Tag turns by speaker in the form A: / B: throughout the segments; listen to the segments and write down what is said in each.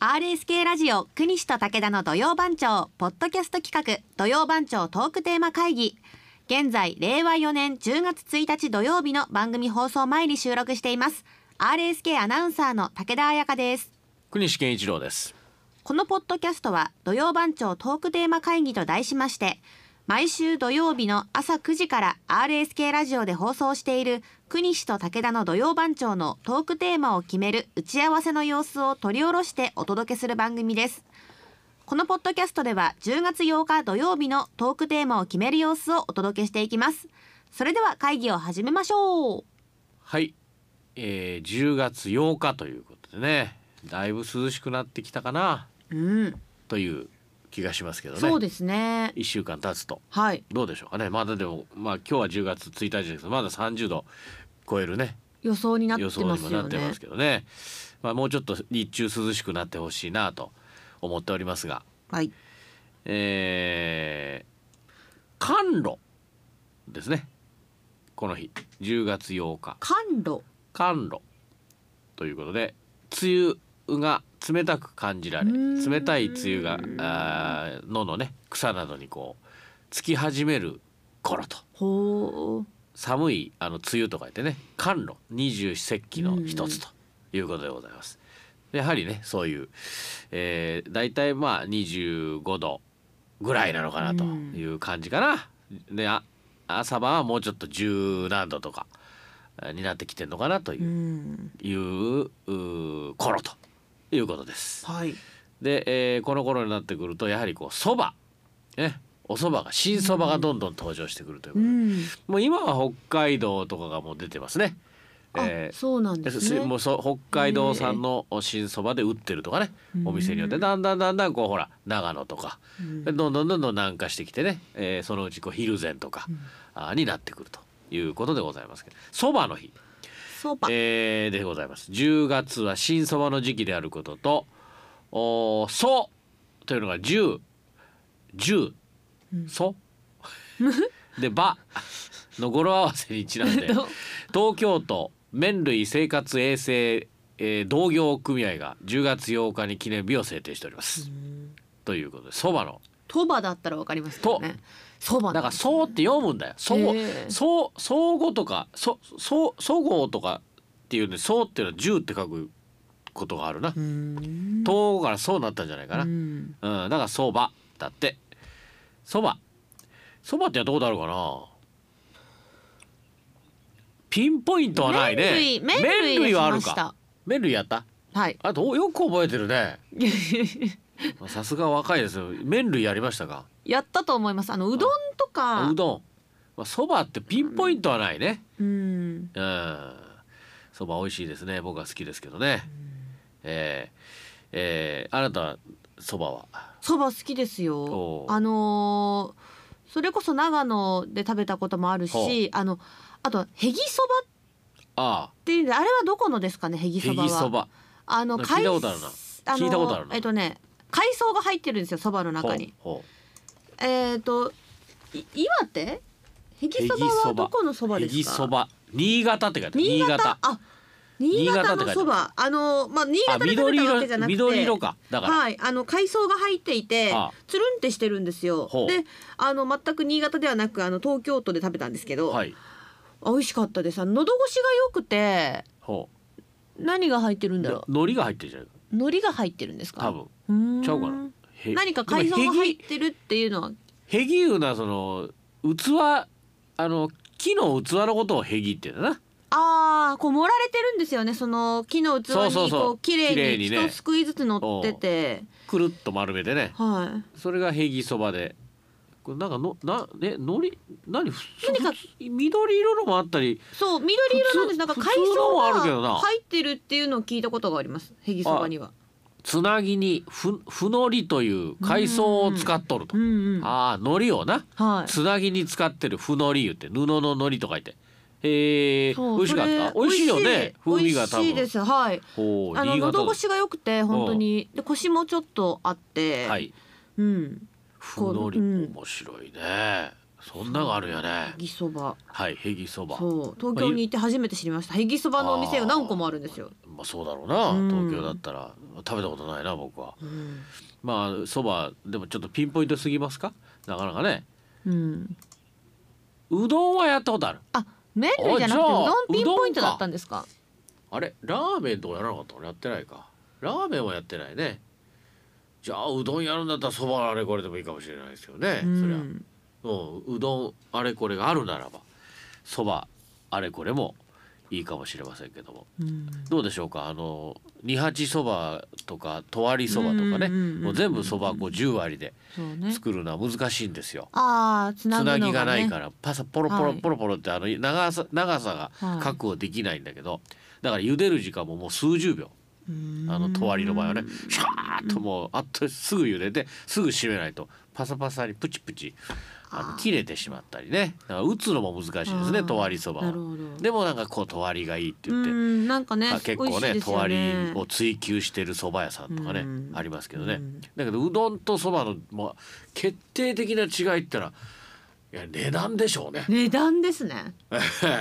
A: RSK ラジオ国西と武田の土曜番長ポッドキャスト企画土曜番長トークテーマ会議現在令和4年10月1日土曜日の番組放送前に収録しています RSK アナウンサーの武田彩香です
B: 国西健一郎です
A: このポッドキャストは土曜番長トークテーマ会議と題しまして毎週土曜日の朝9時から RSK ラジオで放送している国西と武田の土曜番長のトークテーマを決める打ち合わせの様子を取り下ろしてお届けする番組ですこのポッドキャストでは10月8日土曜日のトークテーマを決める様子をお届けしていきますそれでは会議を始めましょう
B: はい、えー、10月8日ということでねだいぶ涼しくなってきたかな
A: うん、
B: という気がしますけどね
A: そうですね
B: 1週間経つと
A: はい
B: どうでしょうかねまだでもまあ今日は10月1日ですけどまだ30度超えるね
A: 予想になって
B: 予
A: ます
B: 想にもな
A: よ
B: って
A: ね
B: ますけどねまあもうちょっと日中涼しくなってほしいなと思っておりますが
A: はい
B: えー、寒露ですねこの日10月8日
A: 寒露
B: 寒露ということで梅雨が冷たく感じられ
A: うーん
B: 冷たい梅雨があー野のね草などにこうつき始める頃と
A: ほう
B: 寒いあの梅雨とか言ってね寒露二十四節気の一つということでございます。やはりねそういう、えー、大体まあ25度ぐらいなのかなという感じかな。であ朝晩はもうちょっと10何度とかえーになってきてるのかなといううんいううー頃ということです。
A: はい
B: で、えーこの頃になってくるとやはりこうそばねおそばが新そばがどんどん登場してくるという
A: う
B: ことで、
A: ん
B: もう今は北海道とかがもう出てますね。
A: あ、
B: えー
A: そうなんです
B: す
A: ね。
B: もうそ北海道産の新そばで売ってるとかね、
A: うん
B: お店によってだんだんだんだんこうほら長野とか、
A: うん
B: どんどんどんどん南下してきてね、えーそのうちこう蒜山とか、あーになってくるということでございますけどそばの日、
A: そば、
B: えーでございます10月は新そばの時期であることと「おーそ」というのが10「十」「そ」で「ば」の語呂合わせにちなんで
A: ど
B: 東京都麺類生活衛生、えー同業組合が10月8日に記念日を制定しております。ということでそばの
A: とばだったらわかりますけどね。そば
B: だから「
A: う
B: そう」って読むんだよ「そう」
A: へー
B: そう「相互」とか「そ」そう「そごう」とかっていうね「そう」っていうのは「十」って書くことがあるな。
A: ん。
B: 東からそうなったんじゃないかな。
A: う
B: うん、
A: ん
B: だからそばだって。そば。そばってやったことあるかな。ピンポイントはないね。
A: 麺類麺類
B: はあ
A: が
B: る
A: しまし
B: か
A: た。
B: 麺類やった。
A: はい。
B: あとおよく覚えてるね。さすが若いですよ。麺類やりましたか。
A: やったと思います。あのうどんとか。
B: うどん。まあそばってピンポイントはないね。
A: うん。
B: うん。そば美味しいですね。僕は好きですけどね。えーえーあなたはそばは。
A: そば好きですよ
B: お。う
A: あのーそれこそ長野で食べたこともある
B: ほう
A: し、あのあとはへぎそば
B: ああ。
A: っていうんであれはどこのですかねへぎそ
B: へ
A: ばは。
B: ぎそば。
A: あの
B: なんか聞いたことあるな
A: 海
B: 聞いたことあるな
A: えっとね海藻が入ってるんですよそばの中に。
B: ほ
A: えっ、とい岩手へ
B: う。
A: ぎそばはどこのそばですか？
B: へぎそば。新潟って書いてある。
A: 新潟あ新潟のそ
B: 新潟
A: ばあのまあ新
B: あ、
A: 潟で食べ
B: 緑
A: たわけじゃ
B: 色。
A: なくて
B: 緑色か。だから。
A: はいあの海藻が入っていて
B: ああ
A: つるんってしてるんですよ
B: ほう
A: であの全く新潟ではなくあの東京都で食べたんですけど、
B: はい。
A: 美味しかったですあの喉越しが良くて
B: ほ
A: 何が入ってるん
B: う。
A: だ
B: の
A: ろ
B: 海苔が入ってるじゃないう
A: 海苔が入ってるんですか
B: 多分。
A: 分
B: ちゃうかな。へ
A: 何か海藻
B: で
A: が
B: も
A: 入
B: へ
A: っ
B: ぎ
A: てるっていうのは
B: へぎいうのはその器あの木の器のことをへぎって言うんだな。
A: ああこう盛られてるんですよねその木の器
B: そうそう
A: に
B: そう
A: こう綺
B: 綺
A: 麗
B: 麗
A: に
B: に
A: 一
B: ね
A: すくいずつ乗ってて、
B: くるっと丸めてね。
A: はい
B: それがへぎそばで。これなんかのなね海苔何ふ
A: 何か
B: ふ緑色のもあったり
A: そう緑色なんですなんか
B: 普通
A: 海
B: 普通のもあるけ
A: 藻
B: ど
A: が
B: な
A: 入ってるっていうのを聞いたことがありますへぎそばには
B: つなぎにふふのりという海藻を使っとると
A: う。んうんは
B: ああ海苔をな。
A: い
B: つなぎに使ってるふのり言って布ののりと書いてへえ
A: そう
B: 美味しかった
A: それ
B: 美味しいよね風味が多
A: 美味しいで
B: 分
A: すはい
B: ほう
A: あの
B: 新潟
A: 喉
B: だ
A: 越しが良くて本当にで腰もちょっとあって、
B: はい
A: うん
B: ふのり
A: うん
B: 面白いねそんなのがあるんや
A: へ
B: ね
A: ぎそば。
B: はいへぎそば
A: そう、東京に行って初めて知りました。へぎそばのお店が何個もあるんですよ。
B: まあそうだろうな、
A: うん
B: 東京だったら食べたことないな僕は
A: うん。
B: まあそばでもちょっとピンポイントすぎますかなかなかね
A: うん。
B: うどんはやったことある
A: あ、麺類じゃなくてう
B: あじゃあ
A: どんピンポイント
B: うどんか
A: だったんですか。
B: あれラーメンとかやらなかったのやってないかラーメンはやってないねじゃあうどんやるんだったらそばあれこれでもいいかもしれないですよね、
A: う
B: そりゃ
A: ん。
B: うんうどんあれこれがあるならばそばあれこれもいいかもしれませんけども
A: うん
B: どうでしょうかあの二八そばとか十割そばとかね
A: うんうんうんうん
B: もう全部そばこう10割で
A: そうね。
B: 作るのは難しいんですよ。
A: ああ、つ
B: つ
A: なぐの
B: な
A: が、ね、
B: ぎがないからパサポロポ
A: は
B: ロ
A: い
B: ポロポロってあの長さ長さ
A: は
B: が
A: い
B: 確保できないんだけどだから茹でる時間ももう数十秒あのとわりの場合はねシャーッともうあっとすぐ茹でてすぐ締めないとパサパサにプチプチあの
A: あー
B: 切れてしまったりねだから打つのも難しいですね
A: あー
B: とわりそば
A: な
B: は
A: る。ほど。
B: でもなんかこうとわりがいいって言って
A: うん、なんかね
B: あ、結構
A: 美味しい
B: ね
A: です
B: と
A: よ
B: わり
A: ね
B: を追求してる蕎麦屋さんとかね、
A: うん
B: ありますけどね、
A: うん
B: だけどうどんと蕎麦の、まあ、決定的な違いったらいや値段でしょうね。
A: 値段ですね。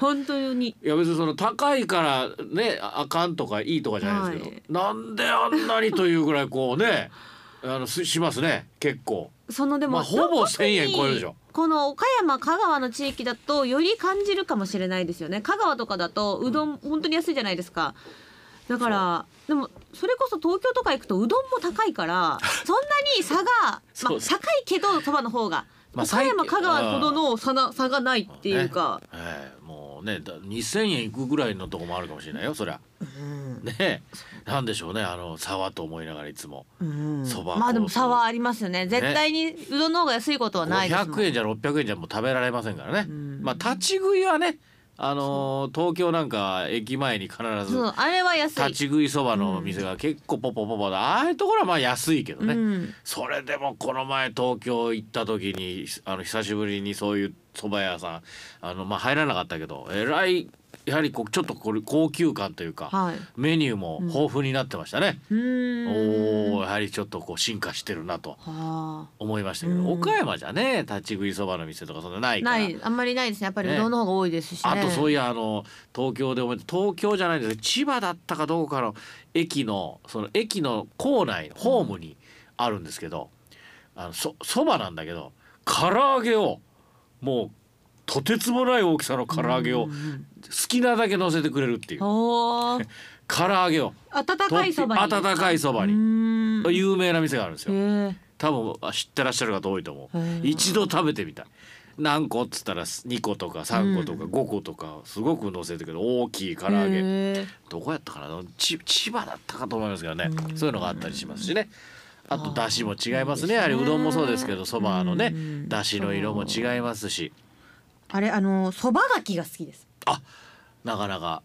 A: 本当に。
B: いや別にその高いからねああかんとかいいとかじゃないですけど、なんであんなにというぐらいこうね あのすしますね結構。
A: そのでも、
B: まあほぼ
A: 特に
B: 1000円超えるでしょ
A: この岡山香川の地域だとより感じるかもしれないですよね香川とかだとうどん、本当に安いじゃないですかだからでもそれこそ東京とか行くとうどんも高いから そんなに差が、まあ、
B: そう
A: 高いけどそばの方が、
B: まあ
A: 岡山
B: 最近
A: 香川ほどの差な差がないっていうか、
B: ねええもうねだ2,000円いくぐらいのとこもあるかもしれないよそりゃ。
A: うん
B: ねえなんでしょうねあの差はと思いながらいつも。
A: うん
B: そば
A: まあでも差はありますよね絶対にうどんの方が安いことはないですもん
B: 500円じゃ600円じゃもう食べられませんからね、
A: うん
B: まあ立ち食いはねあのー東京なんか駅前に必ず
A: そうあれは安い
B: 立ち食いそばのお店が結構ポポポポだああいうところはまあ安いけどね、
A: うん
B: それでもこの前東京行った時にあの久しぶりにそういう蕎麦屋さんあのまあ入らなかったけどえらいやはりこうちょっとこれ高級感というか、
A: はい
B: メニューも豊富になってましたね、
A: うーん
B: おおやはりちょっとこう進化してるなと
A: は
B: 思いましたけど、
A: うん
B: 岡山じゃね立ち食いそばの店とかそんなな
A: あ、
B: いから
A: ないあんまりないですねやっぱり
B: ね
A: うどんの方が多いですしね
B: あとそう
A: い
B: いやあの東京で思い東京じゃないんですけど千葉だったかどこかの駅のその駅の構内のホームにあるんですけど、あのそそばなんだけど唐揚げをもうとてつもない大きさの唐揚げを
A: う
B: 好
A: ん
B: きなだけ乗せてくれるっていう
A: おー
B: 唐揚げを
A: 温かいそばに
B: 温かいそばに
A: にへ
B: 有名な店があるんですよ。
A: え
B: 多分あ知ってらっしゃる方多いと思う、
A: へえ
B: 一度食べてみたい何個っつったら2個とか3個とか
A: う
B: 5個とかすごく乗せてくる大きい唐揚げ、
A: へ
B: どこやったかなち千葉だったかと思いますけどね、
A: うん
B: そういうのがあったりしますしねあ
A: あ
B: と
A: ー
B: だしも違い
A: い
B: ますね
A: いですね
B: やはりうどんもそうですけどそばのね
A: うん
B: だしの色も違いますし
A: あれあのそばがきが好きです
B: なかなか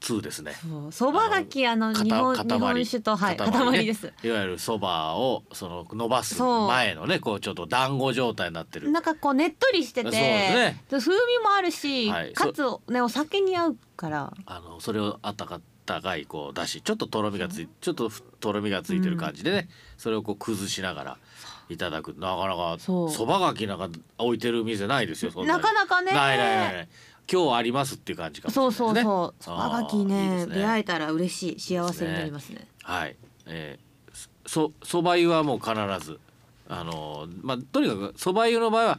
B: 通ですね。
A: そうそばがきあの
B: か
A: 日本
B: た
A: 日本酒とはい塊,、
B: ね
A: です
B: いわゆるそばをその伸ばす
A: そう
B: 前のねこうちょっと団子状態になってる
A: なんかこうねっとりしてて
B: そうですね
A: で風味もあるし、
B: はい
A: かつねお酒に合うから
B: あのそれをあったかったかいこうだしちょっととろみがついちょっとふとろみがついてる感じでね、それをこう崩しながらいただくなかなか
A: そ
B: そうばがきなんか置いてる店ないですよそん
A: な
B: なに
A: かなかね
B: ないないないない今日ありますっていう感じかもしれ
A: そう
B: ないです
A: そうそう
B: ね
A: そばがき
B: あーいい
A: ね
B: です
A: 出会えたら嬉しい幸せになりますね
B: はい、えーそそば湯はもう必ずあのーまあとにかくそば湯の場合は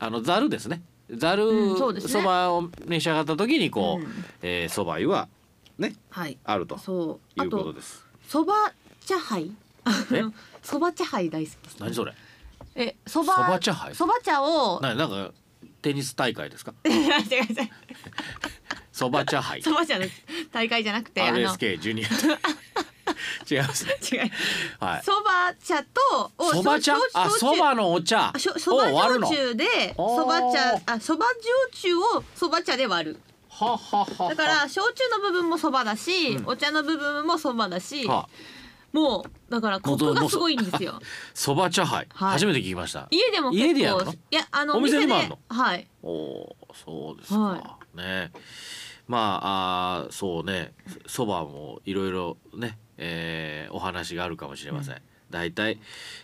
B: あのざるですねざ
A: うんそうで
B: る
A: すね
B: そばを召し上がった時にこう
A: うん
B: えーそば、湯はね
A: はい
B: あると
A: そう
B: い
A: あ
B: うこと
A: と
B: です。
A: そば茶杯
B: え
A: そば茶杯大好きです
B: 何それ
A: えそば
B: そば茶杯
A: そば茶を
B: ななんかテニス大会ですか
A: 違う違う違う
B: そば茶杯
A: そば茶の大会じゃなくてあの違う
B: RSK ジュニ ア違いますねはい
A: そば茶とを
B: そば茶
A: 焼
B: あ
A: 焼酎
B: そばのお茶
A: あしょそ
B: を
A: ば
B: 割る
A: 焼
B: の
A: 酎で
B: おー
A: そば茶あそば焼酎をそば茶で割る
B: はははは
A: だから焼酎の部分もそばだし、お茶の部分もそばだし、
B: は
A: もうだからコクがすごいんですよ
B: そば茶杯、
A: はい
B: 初めて聞きました
A: 家でも結構
B: 家でやるの
A: いやあの
B: お店にもあ
A: で
B: んの
A: はい
B: おおーそうですか、
A: は
B: ねまああーそうねそばもいろいろね、えーお話があるかもしれません、だいたい、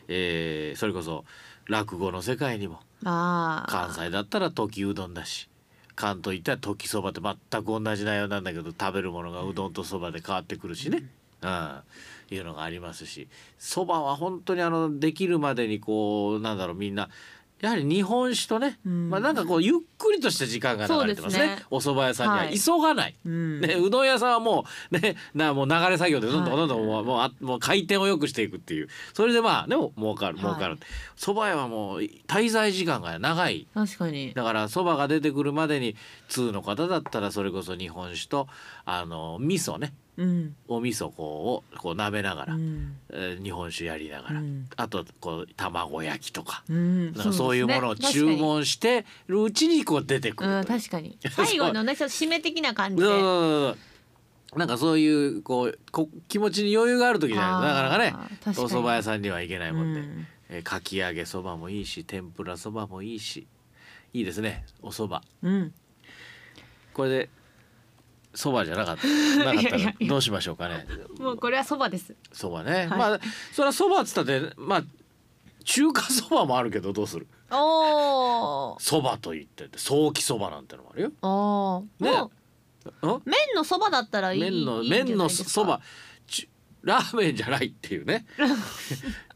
B: えーそれこそ落語の世界にも、
A: ああ
B: 関西だったら時うどんだし関東行ったら時そばって全く同じ内容なんだけど食べるものがうどんとそばで変わってくるしね、うんいうのがありますしそばは本当にあのできるまでにこうなんだろうみんなやはり日本酒とね、
A: うん
B: まあ、なんかこうゆっくりとした時間が流れてますね
A: そうですね
B: お蕎麦屋さんには
A: はい
B: 急がない。
A: うん
B: ね、うどん屋さんはもう,、ね、なもう流れ作業でどんどん
A: はい
B: どんどんもう,、もうあもう回転を良くしていくっていうそれでまあでも儲かる
A: はい
B: 儲かるそば、蕎麦屋はもう滞在時間が長い
A: 確かに
B: だからそばが出てくるまでに通の方だったらそれこそ日本酒とあの味噌ね
A: うん
B: お味噌こうをこう舐めなが
A: う
B: ら、
A: ん
B: えー日本酒やりながら、
A: うん
B: あとこう卵焼きとか。
A: うん
B: なんかそういうものを注文してるうちにこう出てくるという
A: うん確か に最後のねちょっと締め的な感じで
B: そうそうそうそうなんかそういうこうこ気持ちに余裕がある時じゃないとなかなかね
A: あー
B: お
A: 確かに
B: 蕎麦屋さんには行けないもんで、
A: うん
B: えーかき揚げそばもいいし天ぷらそばもいいしいいですねお蕎麦
A: うん
B: これでそばじゃなかったなか っ
A: いや
B: た
A: いや
B: ら
A: いや
B: どうしましょうかね
A: もうこれはそばです
B: そばね、
A: はい
B: まあそれはそばっつったってまあ中華そばもあるけどどうする
A: おー
B: そばと言ってて早期そばなんてのもあるよ
A: おー
B: ね
A: もう
B: うん
A: 麺のそばだったらいい
B: 麺の
A: いいんじゃない
B: 麺の
A: ですか
B: そばちゅラーメンじゃないってい うね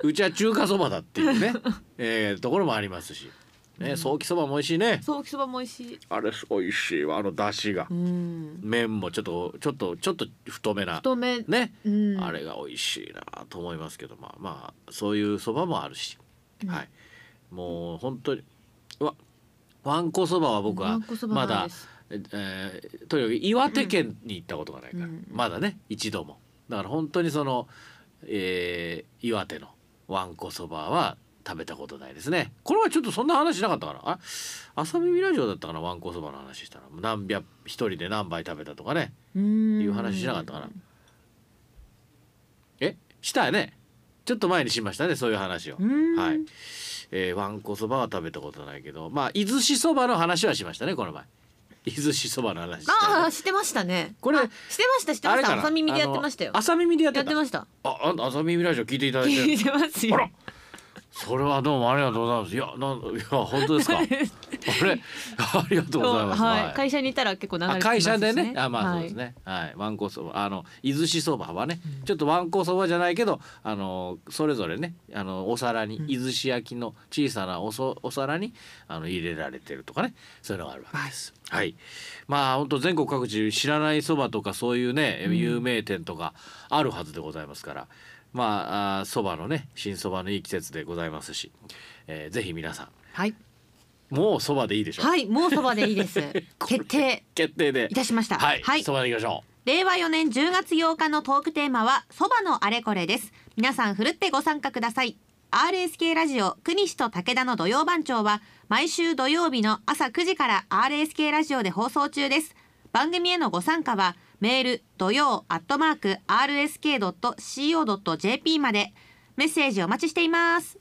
B: うちは中華そばだっていうね、えーところもありますし、ね、ソーキそばも美味しいね
A: ソーキそばも美味しい
B: あれ美味しいわあの出汁が
A: うん
B: 麺もちょっとちょっとちょっと太めな
A: 太め
B: ね、
A: うん
B: あれが美味しいなと思いますけどまあまあそういうそばもあるし、はいもう本当にうわわんこそばは僕
A: わ
B: は
A: んこそば
B: ま
A: ない
B: だ
A: です
B: えーとにかく岩手県に行ったことがないから、
A: うん
B: まだね一度もだから本当にその、えー岩手のわんこそばは食べたことないですねこれはちょっとそんな話しなかったかなあ朝耳ラジオだったかなわんこそばの話したら何百一人で何杯食べたとかね
A: うん
B: いう話しなかったかなえしたよねちょっと前にしましたねそういう話を
A: うん
B: はい、えー、わんこそばは食べたことないけどまあ伊豆しそばの話はしましたねこの前伊豆しそばの話したよね
A: ああしてましたね
B: これ
A: あしてましたして
B: あ
A: ま
B: れ
A: し
B: か
A: た
B: な
A: 朝耳でやってましたよ
B: あの朝耳でやって
A: や
B: た
A: ってました
B: ああ朝耳ラジオ聞いていただい
A: 聞
B: て
A: いてます
B: あ
A: よ
B: らそれはどうもありがとうございますいやなんいや本当 ですかあれ ありがとうございます、
A: はい、会社にいたら結構流れてき
B: あ
A: ますし
B: 会社でねあまあそうです
A: はい
B: ねはい、わんこそばあの伊豆しそばはね、ちょっとわんこそばじゃないけどあのそれぞれねあのお皿に、伊豆し焼きの小さなおそお皿にあの入れられてるとかねそういうのがあるわけです。はい、まあ本当全国各地知らないそばとかそういうね有名店とかあるはずでございますから。まあそばのね新そばのいい季節でございますし、えーぜひ皆さ
A: はい、
B: んもうそばでいいでしょう、
A: はい、もうそばでいいです 決定
B: 決定で
A: いたしました
B: はい、
A: はい
B: そばでいきましょう
A: 令和4年10月8日のトークテーマはそばのあれこれです皆さんふるってご参加ください RSK ラジオ国西と武田の土曜番長は毎週土曜日の朝9時から RSK ラジオで放送中です番組へのご参加はメール土曜アットマーク RSK.CO.JP までメッセージお待ちしています